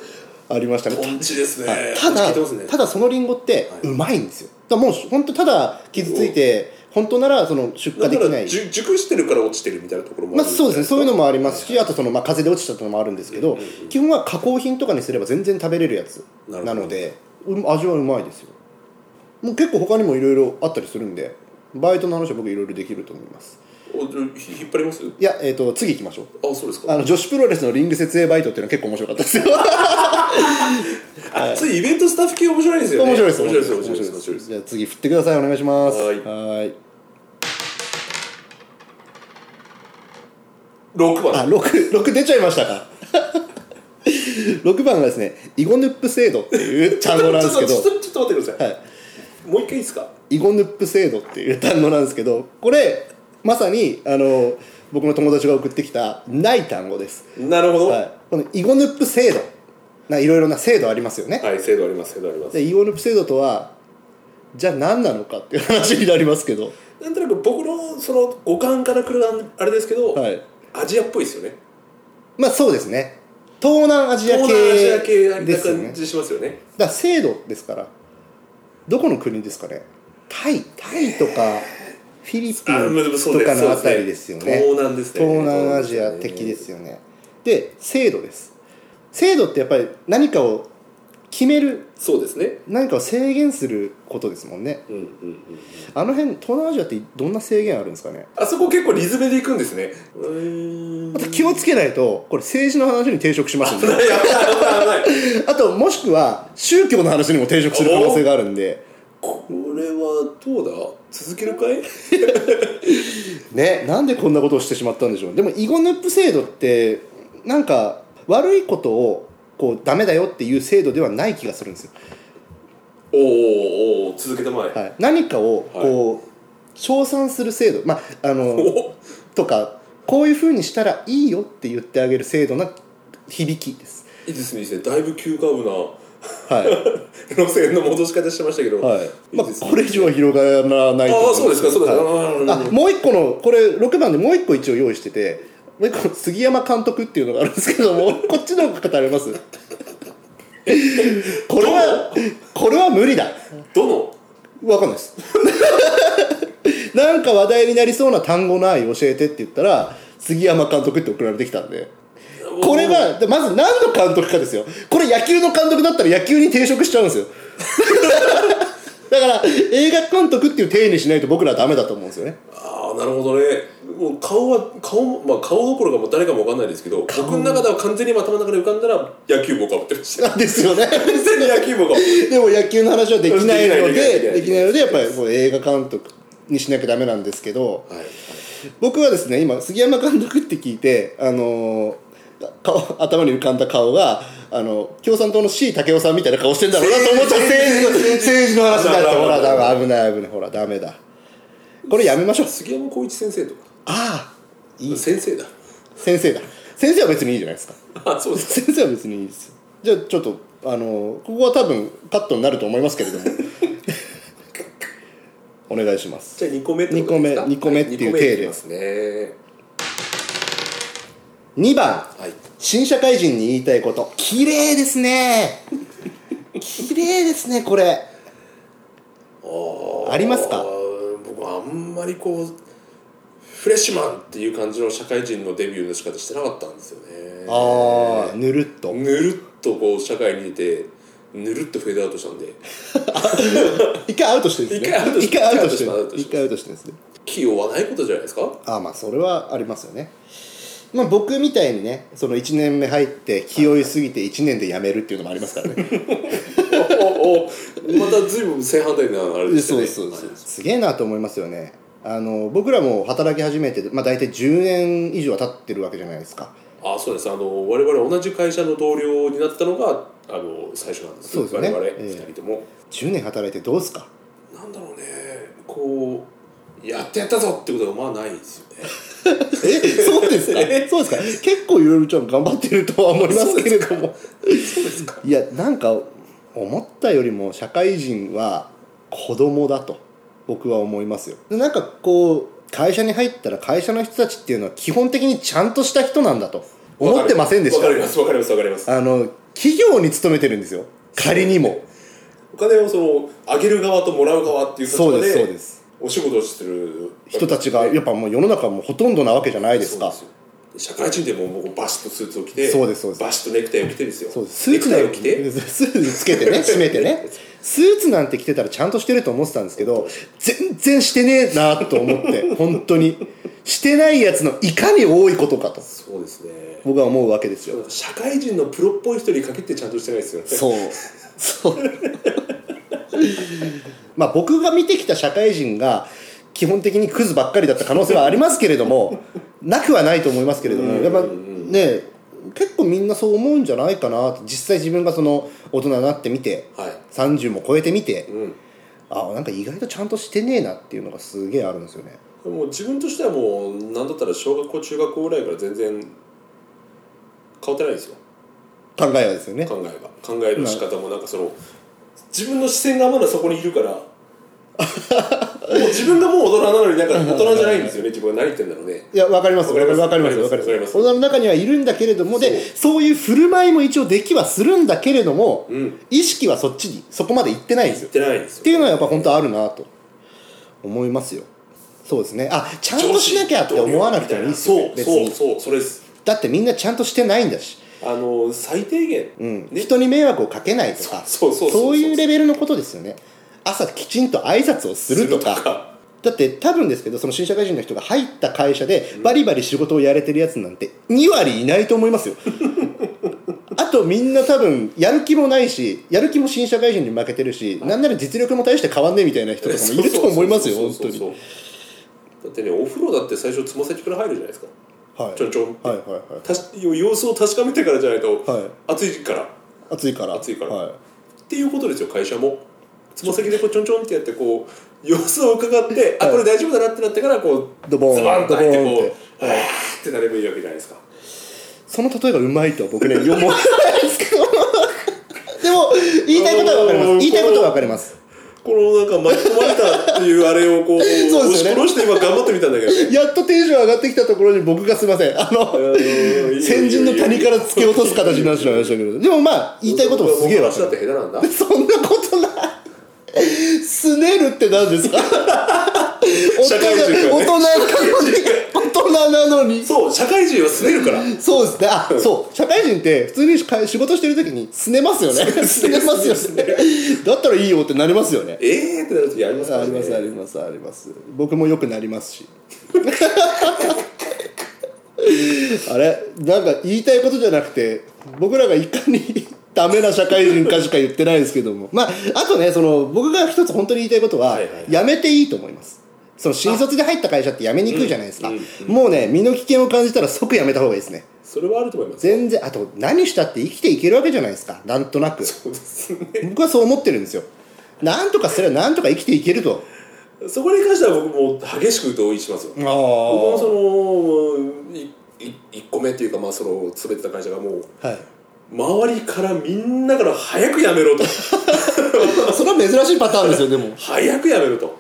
Speaker 1: ありましたね
Speaker 2: トンチですね
Speaker 1: はいた
Speaker 2: 聞
Speaker 1: だ
Speaker 2: いてますね
Speaker 1: ただそのリンゴって
Speaker 2: はいう
Speaker 1: まいんですよだからもう本当ただ傷ついて本当ならその出荷
Speaker 2: だ
Speaker 1: で
Speaker 2: か
Speaker 1: き
Speaker 2: ら
Speaker 1: ない
Speaker 2: 熟熟してるから落ちてるみたいなところもあ
Speaker 1: ま
Speaker 2: る
Speaker 1: あそうですねそういうのもありますし
Speaker 2: は
Speaker 1: あとそのまあ風で落ちたとのもあるんですけど
Speaker 2: うんうんうん
Speaker 1: 基本は加工品とかにすれば全然食べれるやつ
Speaker 2: なるほど
Speaker 1: なのでうん味はうまいですよもう結構他にもいろいろあったりするんでバイトの話は僕いろいろできると思います
Speaker 2: おじゃあひ引っ張ります
Speaker 1: いやえっ、と次行きましょう
Speaker 2: あそうですか
Speaker 1: あの女子プロレスのリング設営バイトっていうのは結構面白かったですよ
Speaker 2: あそういうイベントスタッフ系面白いですよね
Speaker 1: 面白いです
Speaker 2: 面白いです面白い
Speaker 1: 面
Speaker 2: で
Speaker 1: 白
Speaker 2: す
Speaker 1: い
Speaker 2: 面白いです
Speaker 1: じゃあ次振ってくださいお願いします
Speaker 2: はい
Speaker 1: ーい
Speaker 2: 6
Speaker 1: あ
Speaker 2: 番
Speaker 1: 六六出ちゃいましたか 6番がですねイゴヌップ制度っていう単語なんですけ
Speaker 2: ちょっ
Speaker 1: ど、
Speaker 2: とちょっとちょっと待ってください、
Speaker 1: はい、
Speaker 2: もう一回いいですか
Speaker 1: イゴヌップ制度っていう単語なんですけどこれまさにあの僕の友達が送ってきたない単語です、
Speaker 2: なるほどは、
Speaker 1: はいい、このイゴヌップ制度ないろいろな制度ありますよね、
Speaker 2: 制度あります制度あります
Speaker 1: でイゴヌップ制度とはじゃあ何なのかっていう話になりますけど
Speaker 2: なんとなく僕のその五感からくるあれですけど、
Speaker 1: はい
Speaker 2: アジアっぽいですよね
Speaker 1: まあそうですね東南アジア
Speaker 2: 東南アジア系
Speaker 1: 系で
Speaker 2: な
Speaker 1: すよ
Speaker 2: 感
Speaker 1: ね
Speaker 2: じしますよね
Speaker 1: だから制度ですからどこの国ですかねタイタイとかフィリピ
Speaker 2: あまあでもそう
Speaker 1: ン
Speaker 2: で
Speaker 1: と
Speaker 2: す
Speaker 1: かのあたりですよ
Speaker 2: そうで
Speaker 1: ね
Speaker 2: すね東南ですね
Speaker 1: 東南アジア的ですよねで制度です制度ってやっぱり何かを決める
Speaker 2: そうですね
Speaker 1: 何かを制限することですもんね
Speaker 2: うんうんうん
Speaker 1: あの辺東南アジアってどんな制限あるんですかね
Speaker 2: あそこ結構リズムでいくんですねうーん
Speaker 1: あと気をつけないとこれ政治の話に抵触しますんで
Speaker 2: やばい危ない
Speaker 1: あともしくは宗教の話にも抵触する可能性があるんで
Speaker 2: これはどうだ続けるかい
Speaker 1: ねなんでこんなことをしてしまったんでしょうでもイゴヌップ制度ってなんか悪いことをこうダメだよっていう制度ではない気がするんですよ、
Speaker 2: おーおーおー続けたまえ、
Speaker 1: はい、何かをこう、称賛する制度まああの
Speaker 2: お
Speaker 1: とかこういうふうにしたらいいよって言ってあげる制度な響きです
Speaker 2: いいですねいいですねだいぶ急カーブな
Speaker 1: はい、
Speaker 2: 路線の戻し方してましたけど、
Speaker 1: はい まあ、
Speaker 2: いいですね
Speaker 1: これ以上は広がらないと思
Speaker 2: ああそうですかそうですか、あ
Speaker 1: はいあもう一個のこれ6番でもう一個一応用意しててもう一個杉山監督っていうのがあるんですけどもこっちの方語れます これはこれは無理だ
Speaker 2: ーどの
Speaker 1: わかんないです なんか話題になりそうな単語ない教えてって言ったら杉山監督って送られてきたんでこれがでまず何の監督かですよこれ野球の監督だったら野球に抵触しちゃうんですよ だから映画監督っていう体にしないと僕らはダメだと思うんですよね
Speaker 2: ああなるほどねもう顔は顔もまあ顔どころかもう誰かもわかんないですけど僕の中では完全に頭の中で浮かんだら野球帽かぶってました
Speaker 1: なんですよね
Speaker 2: 完全に野球帽かぶって
Speaker 1: でも野球の話はできないので
Speaker 2: で
Speaker 1: で
Speaker 2: き
Speaker 1: きな
Speaker 2: な
Speaker 1: いい
Speaker 2: の
Speaker 1: の
Speaker 2: で
Speaker 1: でやっぱりこう映画監督にしなきゃダメなんですけど
Speaker 2: はい
Speaker 1: 僕はですね今杉山監督って聞いて、あのー顔頭に浮かんだ顔があの共産党の C 武雄さんみたいな顔してんだろうなと思った政治の政治の話になってほらだ危ない危ないほらダメだこれやめましょう
Speaker 2: 杉山浩一先生とか
Speaker 1: ああいい
Speaker 2: 先生だ
Speaker 1: 先生だ先生は別にいいじゃないですか
Speaker 2: あそうです
Speaker 1: 先生は別にいいですよじゃあちょっとあのここは多分カットになると思いますけれども お願いします
Speaker 2: じゃあ2個目ってことですか
Speaker 1: 二個目
Speaker 2: は
Speaker 1: 二個目っていう体で
Speaker 2: 二個目いきますね
Speaker 1: 2番
Speaker 2: はい
Speaker 1: 新社会人に言いたいこと綺麗ですね綺麗ですねこれありますか
Speaker 2: あー僕はあんまりこうフレッシュマンっていう感じの社会人のデビューの仕方してなかったんですよね
Speaker 1: ああぬるっと
Speaker 2: ぬるっとこう社会に出てぬるっとフェードアウトしたんで
Speaker 1: 一回アウトしてるんですね
Speaker 2: 一
Speaker 1: 一
Speaker 2: 回
Speaker 1: 回
Speaker 2: ア
Speaker 1: ア
Speaker 2: ウ
Speaker 1: ウ
Speaker 2: ト
Speaker 1: ト
Speaker 2: し
Speaker 1: してて
Speaker 2: ます
Speaker 1: る一回アウトしてるんですね
Speaker 2: 気負わないことじゃな いですか
Speaker 1: ああまあそれはありますよねまあ僕みたいにねその1年目入って気負いすぎて1年で辞めるっていうのもありますからね
Speaker 2: おおまた随分正反対なあれで す
Speaker 1: そ
Speaker 2: よ
Speaker 1: う
Speaker 2: ね
Speaker 1: ですそうです、すげえなと思いますよねあの僕らも働き始めて、まあ、大体10年以上は経ってるわけじゃないですか
Speaker 2: あそうですあの我々同じ会社の同僚になったのがあの最初なんです
Speaker 1: そうですよね
Speaker 2: 我々
Speaker 1: ええ
Speaker 2: 2人とも、
Speaker 1: 10年働いてどうですか
Speaker 2: なんだろうねこうやってやったぞってことがまあないですよね
Speaker 1: え そうですかそうですか結構いろいろちゃん頑張ってるとは思いますけれども
Speaker 2: そうですか
Speaker 1: いやなんか思ったよりも社会人は子供だと僕は思いますよでなんかこう会社に入ったら会社の人たちっていうのは基本的にちゃんとした人なんだと思ってませんでした
Speaker 2: わかりますわかりますわかります
Speaker 1: あの企業に勤めてるんですよ仮にも
Speaker 2: お金をそのあげる側ともらう側っていう立場
Speaker 1: そう
Speaker 2: で
Speaker 1: ですそうです
Speaker 2: お仕事をしてる
Speaker 1: 人たちがやっぱもう世の中もうほとんどなわけじゃないですか
Speaker 2: そうですよ社会人でももうバシッとスーツを着て
Speaker 1: そうですそうです
Speaker 2: バシッとネクタイを着てですよ
Speaker 1: そうです
Speaker 2: ネクタイを着て
Speaker 1: スーツつけて ね締めてねスーツなんて着てたらちゃんとしてると思ってたんですけど全然してねえなと思って本当にしてないやつのいかに多いことかと
Speaker 2: そうですね
Speaker 1: 僕は思うわけですよ
Speaker 2: 社会人のプロっぽい人に限ってちゃんとしてないですよね
Speaker 1: そうそうまあ僕が見てきた社会人が基本的にクズばっかりだった可能性はありますけれどもなくはないと思いますけれども
Speaker 2: うん
Speaker 1: やっぱね結構みんなそう思うんじゃないかなって実際自分がその大人になってみて
Speaker 2: はい
Speaker 1: 30も超えてみて
Speaker 2: うん
Speaker 1: あなんか意外とちゃんとしてねえなっていうのがすげえあるんですよね
Speaker 2: もう自分としてはもう何だったら小学校中学校ぐらいから全然変わってないですよ
Speaker 1: 考えはですよね
Speaker 2: 考えが考えの仕方もなんかその自分の視線がまだそこにいるから自分がもう大人なのになんか大人じゃないんですよね自分が何言ってんだろうね
Speaker 1: いや、わかります。
Speaker 2: わかります
Speaker 1: わかります。わかります。
Speaker 2: わか
Speaker 1: 大
Speaker 2: ります
Speaker 1: 人の中にはいるんだけれども、で、そういう振る舞いも一応できはするんだけれども、
Speaker 2: うん
Speaker 1: 意識はそっちに、そこまで行ってないんです
Speaker 2: 言
Speaker 1: よ
Speaker 2: っ。てないんです
Speaker 1: っ
Speaker 2: よ
Speaker 1: ていうのはやっぱ本当あるなと思いますよそうですねあちゃんとしなきゃって思わなくてもいいですよね
Speaker 2: そう
Speaker 1: 別
Speaker 2: そう
Speaker 1: に
Speaker 2: そうそれです
Speaker 1: だってみんなちゃんとしてないんだし、
Speaker 2: あの最低限、
Speaker 1: うん
Speaker 2: ね
Speaker 1: 人に迷惑をかけないとか
Speaker 2: そうそうそうそう
Speaker 1: いうレベルのことですよね朝きちんと挨拶をするとか
Speaker 2: するとか
Speaker 1: だって多分ですけどその新社会人の人が入った会社でバリバリ仕事をやれてるやつなんて2割いないと思いますよ あとみんな多分やる気もないしやる気も新社会人に負けてるし、なんなら実力も大して変わんねえみたいな人とかもいると思いますよ本当に
Speaker 2: にだってねお風呂だって最初つま先から入るじゃないですか
Speaker 1: はい
Speaker 2: ちょんちょんって
Speaker 1: はいはいはい
Speaker 2: たし様子を確かめてからじゃないと、
Speaker 1: はい
Speaker 2: 暑いからっ
Speaker 1: 暑いから
Speaker 2: 暑いから
Speaker 1: は
Speaker 2: ていうことですよ会社もつま先でこうちょんちょんってやってこう様子を伺って、あこれ大丈夫だなってなってからこう
Speaker 1: ドボーン
Speaker 2: ズバンと入ってこ
Speaker 1: ドボーンっ
Speaker 2: う、あーってなればいいわけじゃないですか
Speaker 1: い、その例えがうまいとは僕ね思わないですけどでも言いたいことはわかりま
Speaker 2: う
Speaker 1: す
Speaker 2: ん
Speaker 1: 言いたいことはわかります
Speaker 2: このなんか巻き込まれたっていうあれをこう
Speaker 1: そう
Speaker 2: 押
Speaker 1: です
Speaker 2: し
Speaker 1: よね
Speaker 2: 殺して今頑張ってみたんだけどね
Speaker 1: やっとテンション上がってきたところに僕がすいませんあの先人の谷から突き落とす形になってしまいましたけどでもまあ言いたいこともすげえわ
Speaker 2: わ
Speaker 1: か
Speaker 2: だっ
Speaker 1: る
Speaker 2: て下手なんだ
Speaker 1: そんなことないすねるって何ですか
Speaker 2: 社
Speaker 1: 大
Speaker 2: 会人
Speaker 1: 人
Speaker 2: が
Speaker 1: 大人な
Speaker 2: ね
Speaker 1: のに大人なのに
Speaker 2: そう社会人はすねるから
Speaker 1: そうですねあそう社会人って普通に会仕事してる時にすねますよねすねますよねだったらいいよってなりますよね
Speaker 2: ええーってなる時ありますか
Speaker 1: あ
Speaker 2: ら
Speaker 1: り
Speaker 2: ね
Speaker 1: ますありますあります僕もよくなりますし あれなんか言いたいことじゃなくて僕らがいかに ダメな社会人かしか言ってないですけどもまああとねその僕が一つ本当に言いたいことは、
Speaker 2: はいはい
Speaker 1: やめていいと思いますその新卒で入った会社って辞めにくいじゃないですか、
Speaker 2: うんうん
Speaker 1: もうね身の危険を感じたら即辞めた方がいいですね
Speaker 2: それはあると思います
Speaker 1: 全然あと何したって生きていけるわけじゃないですかなんとなく
Speaker 2: そうですね
Speaker 1: 僕はそう思ってるんですよなんとかすればなんとか生きていけると
Speaker 2: そこに関しては僕も激しく同意しますよ
Speaker 1: ああ
Speaker 2: 僕もそのいい一個目っていうかまあその勤めてた会社がもう
Speaker 1: はい、
Speaker 2: 周りからみんなから早くやめろと
Speaker 1: それは珍しいパターンですよでも
Speaker 2: 早くやめろと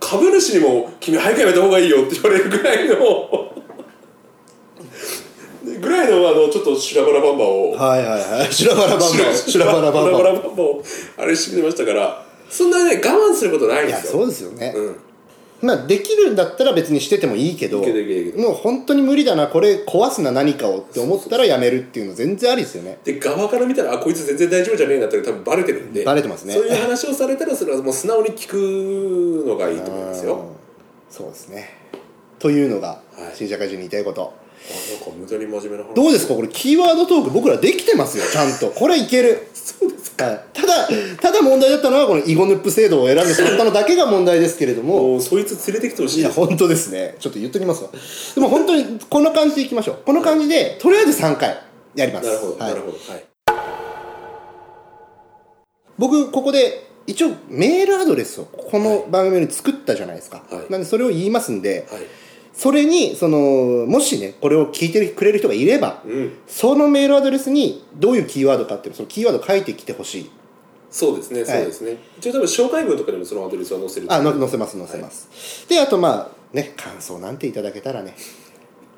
Speaker 2: 株主にも「君早くやめた方がいいよ」って言われるぐらいの ぐらいのあのちょっと修羅場なバンバを
Speaker 1: はいはいはい修羅場ラバンバン修羅場ラバン
Speaker 2: 修
Speaker 1: バ
Speaker 2: 羅場なバンバをあれしてきてましたからそんなね我慢することないん
Speaker 1: ンい
Speaker 2: で
Speaker 1: や
Speaker 2: す
Speaker 1: そ
Speaker 2: よ
Speaker 1: うですよね、
Speaker 2: うん
Speaker 1: まあできるんだったら別にしててもいいけど
Speaker 2: いけるいけるいけ
Speaker 1: もう本当に無理だなこれ壊すな何かをって思ったらやめるっていうの全然ありですよね
Speaker 2: で側から見たらあこいつ全然大丈夫じゃねえなって多分バレてるんで
Speaker 1: バレてますね
Speaker 2: そういう話をされたらそれはもう素直に聞くのがいいと思いますよ
Speaker 1: うんそうですねというのが
Speaker 2: はい
Speaker 1: 新社会人に言いたいこと、
Speaker 2: あなんか無駄に真面目な話
Speaker 1: どうですかこれキーワードトーク僕らできてますよちゃんとこれいけるそうですか、はいただただ問題だったのはこのイゴヌップ制度を選んでしまったのだけが問題ですけれども
Speaker 2: もうそいつ連れてきてほ し
Speaker 1: い
Speaker 2: い
Speaker 1: や
Speaker 2: です
Speaker 1: 本当ですねちょっと言っときますわでも本当にこの感じでいきましょうこの感じでとりあえず3回やります
Speaker 2: なるほど、
Speaker 1: はい
Speaker 2: なるほどはい
Speaker 1: 僕ここで一応メールアドレスをこの番組に作ったじゃないですか、
Speaker 2: はい
Speaker 1: なんでそれを言いますんで、
Speaker 2: はい
Speaker 1: それにそのもしねこれを聞いてくれる人がいれば、
Speaker 2: うん
Speaker 1: そのメールアドレスにどういうキーワードかっていうそのキーワード書いてきてほしい
Speaker 2: そうですねそうですね、一応多分紹介文とかにもそのアドレスは載せる
Speaker 1: あの載せます載せます、であとまあね感想なんていただけたらね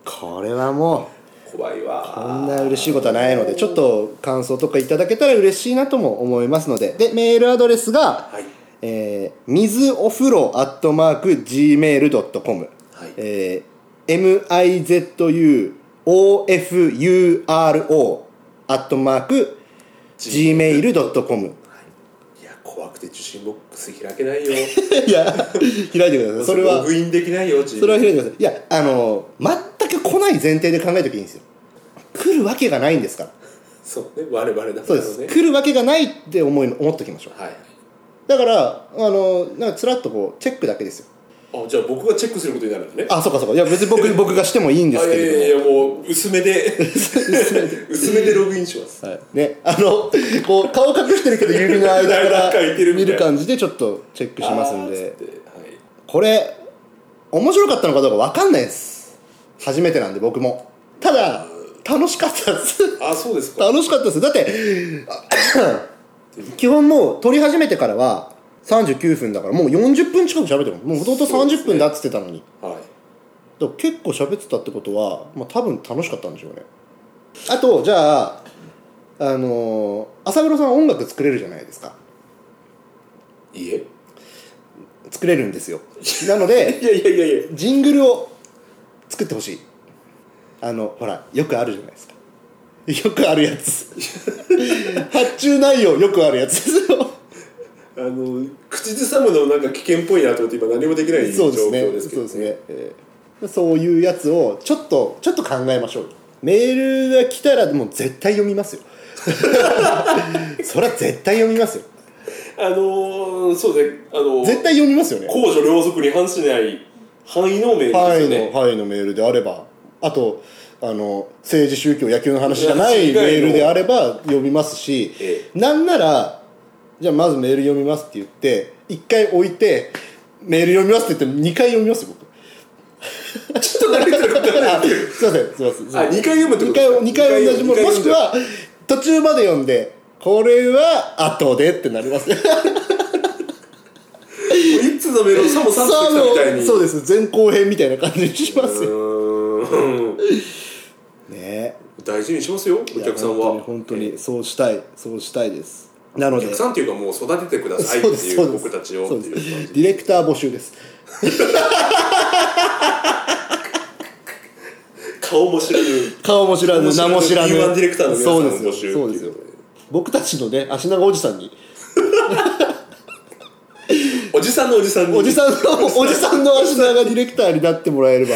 Speaker 1: これはもう
Speaker 2: 怖いわ
Speaker 1: こんな嬉しいことはないのでちょっと感想とかいただけたら嬉しいなとも思いますのででメールアドレスが、
Speaker 2: はい
Speaker 1: えー、水お風呂アットマーク Gmail.com、
Speaker 2: はい
Speaker 1: えー、mizuofuro アットマーク Gmail.com
Speaker 2: いや怖くて受信ボックス開けない よ
Speaker 1: いや開いてくださいそれ
Speaker 2: ロ
Speaker 1: は
Speaker 2: グインできないよそ
Speaker 1: それは開いてくださいいやあの全く来ない前提で考えときゃいいんですよ来るわけがないんですから
Speaker 2: そうね我々だからね
Speaker 1: そうです、来るわけがないって思い思っときましょう
Speaker 2: はい
Speaker 1: だからあのなんかつらっとこうチェックだけですよ
Speaker 2: あじゃあ僕がチェックすることになるんだね
Speaker 1: あそうかそうかいや別に 僕僕がしてもいいんです
Speaker 2: あい
Speaker 1: け
Speaker 2: やいや
Speaker 1: れ
Speaker 2: い
Speaker 1: ど
Speaker 2: やもう薄めで薄めでログインします
Speaker 1: もはいねあのこう顔隠してるけど指の間か
Speaker 2: なん
Speaker 1: ら
Speaker 2: かいけるみ
Speaker 1: 見
Speaker 2: たいな
Speaker 1: る感じでちょっとチェックしますんで
Speaker 2: あーつってはい
Speaker 1: これ面白かったのかどうか分かんないです初めてなんで僕もただ楽しかったです
Speaker 2: あそうですか
Speaker 1: 楽しかったですだって基本もう撮り始めてからは39分だからもう40分近く喋ってるもんもともと30分だっつってたのに、
Speaker 2: はい
Speaker 1: だから結構喋ってたってことは、まあ、多分楽しかったんでしょうねあとじゃああのー朝風呂さん音楽作れるじゃないですか
Speaker 2: いいえ
Speaker 1: 作れるんですよなので
Speaker 2: いやいやいやいや
Speaker 1: ジングルを作ってほしいあのほらよくあるじゃないですかよくあるやつ 発注内容よくあるやつですよ
Speaker 2: あの口ずさむのなんか危険っぽいなと思って今何もできない状
Speaker 1: そうです
Speaker 2: 況
Speaker 1: ね
Speaker 2: ですけ
Speaker 1: そう
Speaker 2: ど
Speaker 1: ですね、えーそういうやつをちょっとちょっと考えましょうメールが来たらもう絶対読み ますよそりゃ絶対読みますよ
Speaker 2: あのー、そうですねあのー
Speaker 1: 絶対読みますよね
Speaker 2: 公序良俗に反しない範囲の名
Speaker 1: 範
Speaker 2: です
Speaker 1: 囲
Speaker 2: よね
Speaker 1: の範囲のメールであればあとあの政治宗教野球の話じゃない
Speaker 2: いや違
Speaker 1: メ
Speaker 2: うよ
Speaker 1: ールであれば読みますし、
Speaker 2: え
Speaker 1: なんならじゃあまずメール読みますって言って一回置いてメール読みますって言って二回読みますよ僕
Speaker 2: ちょっと慣れてることない
Speaker 1: あすいませんすいませんすいません
Speaker 2: あ二回読むってこ
Speaker 1: 2
Speaker 2: とですか
Speaker 1: 回二回同じもの
Speaker 2: 二
Speaker 1: も
Speaker 2: 回
Speaker 1: しく
Speaker 2: 読んじゃう
Speaker 1: は途中まで読んでこれは後でってなりますね
Speaker 2: もういつのメールをさもさも
Speaker 1: さあ
Speaker 2: 来たみたい
Speaker 1: もう
Speaker 2: に
Speaker 1: そうです前後編みたいな感じにしますよ
Speaker 2: うーん
Speaker 1: ね
Speaker 2: 大事にしますよお
Speaker 1: お
Speaker 2: 客さんは
Speaker 1: 本当に本当にそうしたいそうしたいですなの
Speaker 2: お
Speaker 1: で
Speaker 2: 客さんっていうかもう育ててくださいって
Speaker 1: そうです
Speaker 2: い
Speaker 1: そう
Speaker 2: う
Speaker 1: です
Speaker 2: 僕たちをって
Speaker 1: そうで
Speaker 2: いう感
Speaker 1: す
Speaker 2: じ
Speaker 1: ディレクター募集です
Speaker 2: 顔も知らぬ
Speaker 1: 顔も知らぬ名も知らぬ
Speaker 2: B1 ディレクターの皆さ
Speaker 1: そ
Speaker 2: んを
Speaker 1: う
Speaker 2: 募
Speaker 1: です
Speaker 2: 集
Speaker 1: よ
Speaker 2: っていう
Speaker 1: そうですよ僕たちのね足長おじさんに
Speaker 2: おじさんのおじさんに
Speaker 1: おじさんのおじさんの足長ディレクターになってもらえれば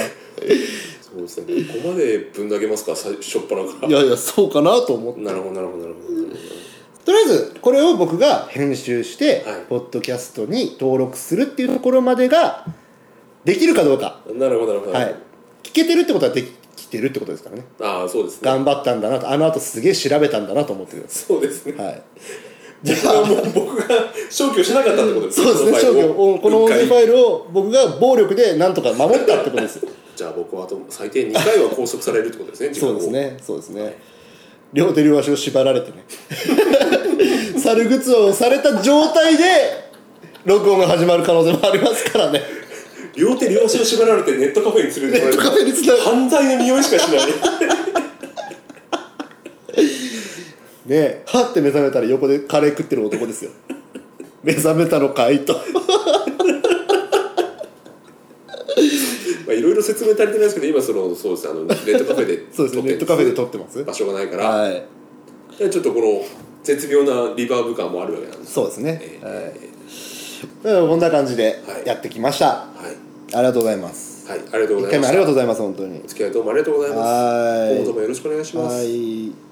Speaker 2: そうですねここまでぶん投げますか最初っ端から
Speaker 1: いやいやそうかなと思って
Speaker 2: なるほどなるほどなるほどなるほど
Speaker 1: とりあえずこれを僕が編集して、
Speaker 2: はい
Speaker 1: ポッドキャストに登録するっていうところまでができるかどうか、
Speaker 2: なるほどなるほど、
Speaker 1: はい、聞けてるってことはできてるってことですからね
Speaker 2: ああそうですね
Speaker 1: 頑張ったんだなとあの後すげえ調べたんだなと思ってくださ
Speaker 2: そうですね
Speaker 1: い、はい、
Speaker 2: じゃあもう僕が消去しなかったってことです
Speaker 1: そうですね
Speaker 2: この
Speaker 1: 商業
Speaker 2: ファイルを
Speaker 1: この音声
Speaker 2: 一
Speaker 1: フ
Speaker 2: 回
Speaker 1: ァイルを僕が暴力でなんとか守ったってことです
Speaker 2: じゃあ僕はあと最低2回は拘束されるってことですね時間
Speaker 1: そう
Speaker 2: を
Speaker 1: ですねそうですね両手両足を縛られ てね猿靴をされた状態で録音が始まる可能性もありますからね
Speaker 2: 両手両足を縛られてネットカフェに連れて
Speaker 1: ネ
Speaker 2: こら
Speaker 1: ットカ
Speaker 2: れる
Speaker 1: フェにつなが
Speaker 2: 犯罪の匂いしかしない
Speaker 1: ねはって目覚めたら横でカレー食ってる男ですよ目覚めたのかいと
Speaker 2: まあいろいろ説明足りてないですけど今そのそうですあのネットカフェで
Speaker 1: そうですねネットカフェで撮ってます
Speaker 2: 場所がないから、
Speaker 1: はい
Speaker 2: でちょっとこの絶妙なリバーブ感もあるわけなんです
Speaker 1: そうですね、
Speaker 2: えー
Speaker 1: はいだからこんな感じで
Speaker 2: はい
Speaker 1: やってきました、
Speaker 2: はい、
Speaker 1: ありがとうございます
Speaker 2: はい、ありがとうご
Speaker 1: 1
Speaker 2: ざ
Speaker 1: 回
Speaker 2: い
Speaker 1: 目
Speaker 2: ま
Speaker 1: あ
Speaker 2: す
Speaker 1: りがとうございます本当に
Speaker 2: お付き合いどうもありがとうございます
Speaker 1: はーい
Speaker 2: 今後ともよろしくお願いします
Speaker 1: はい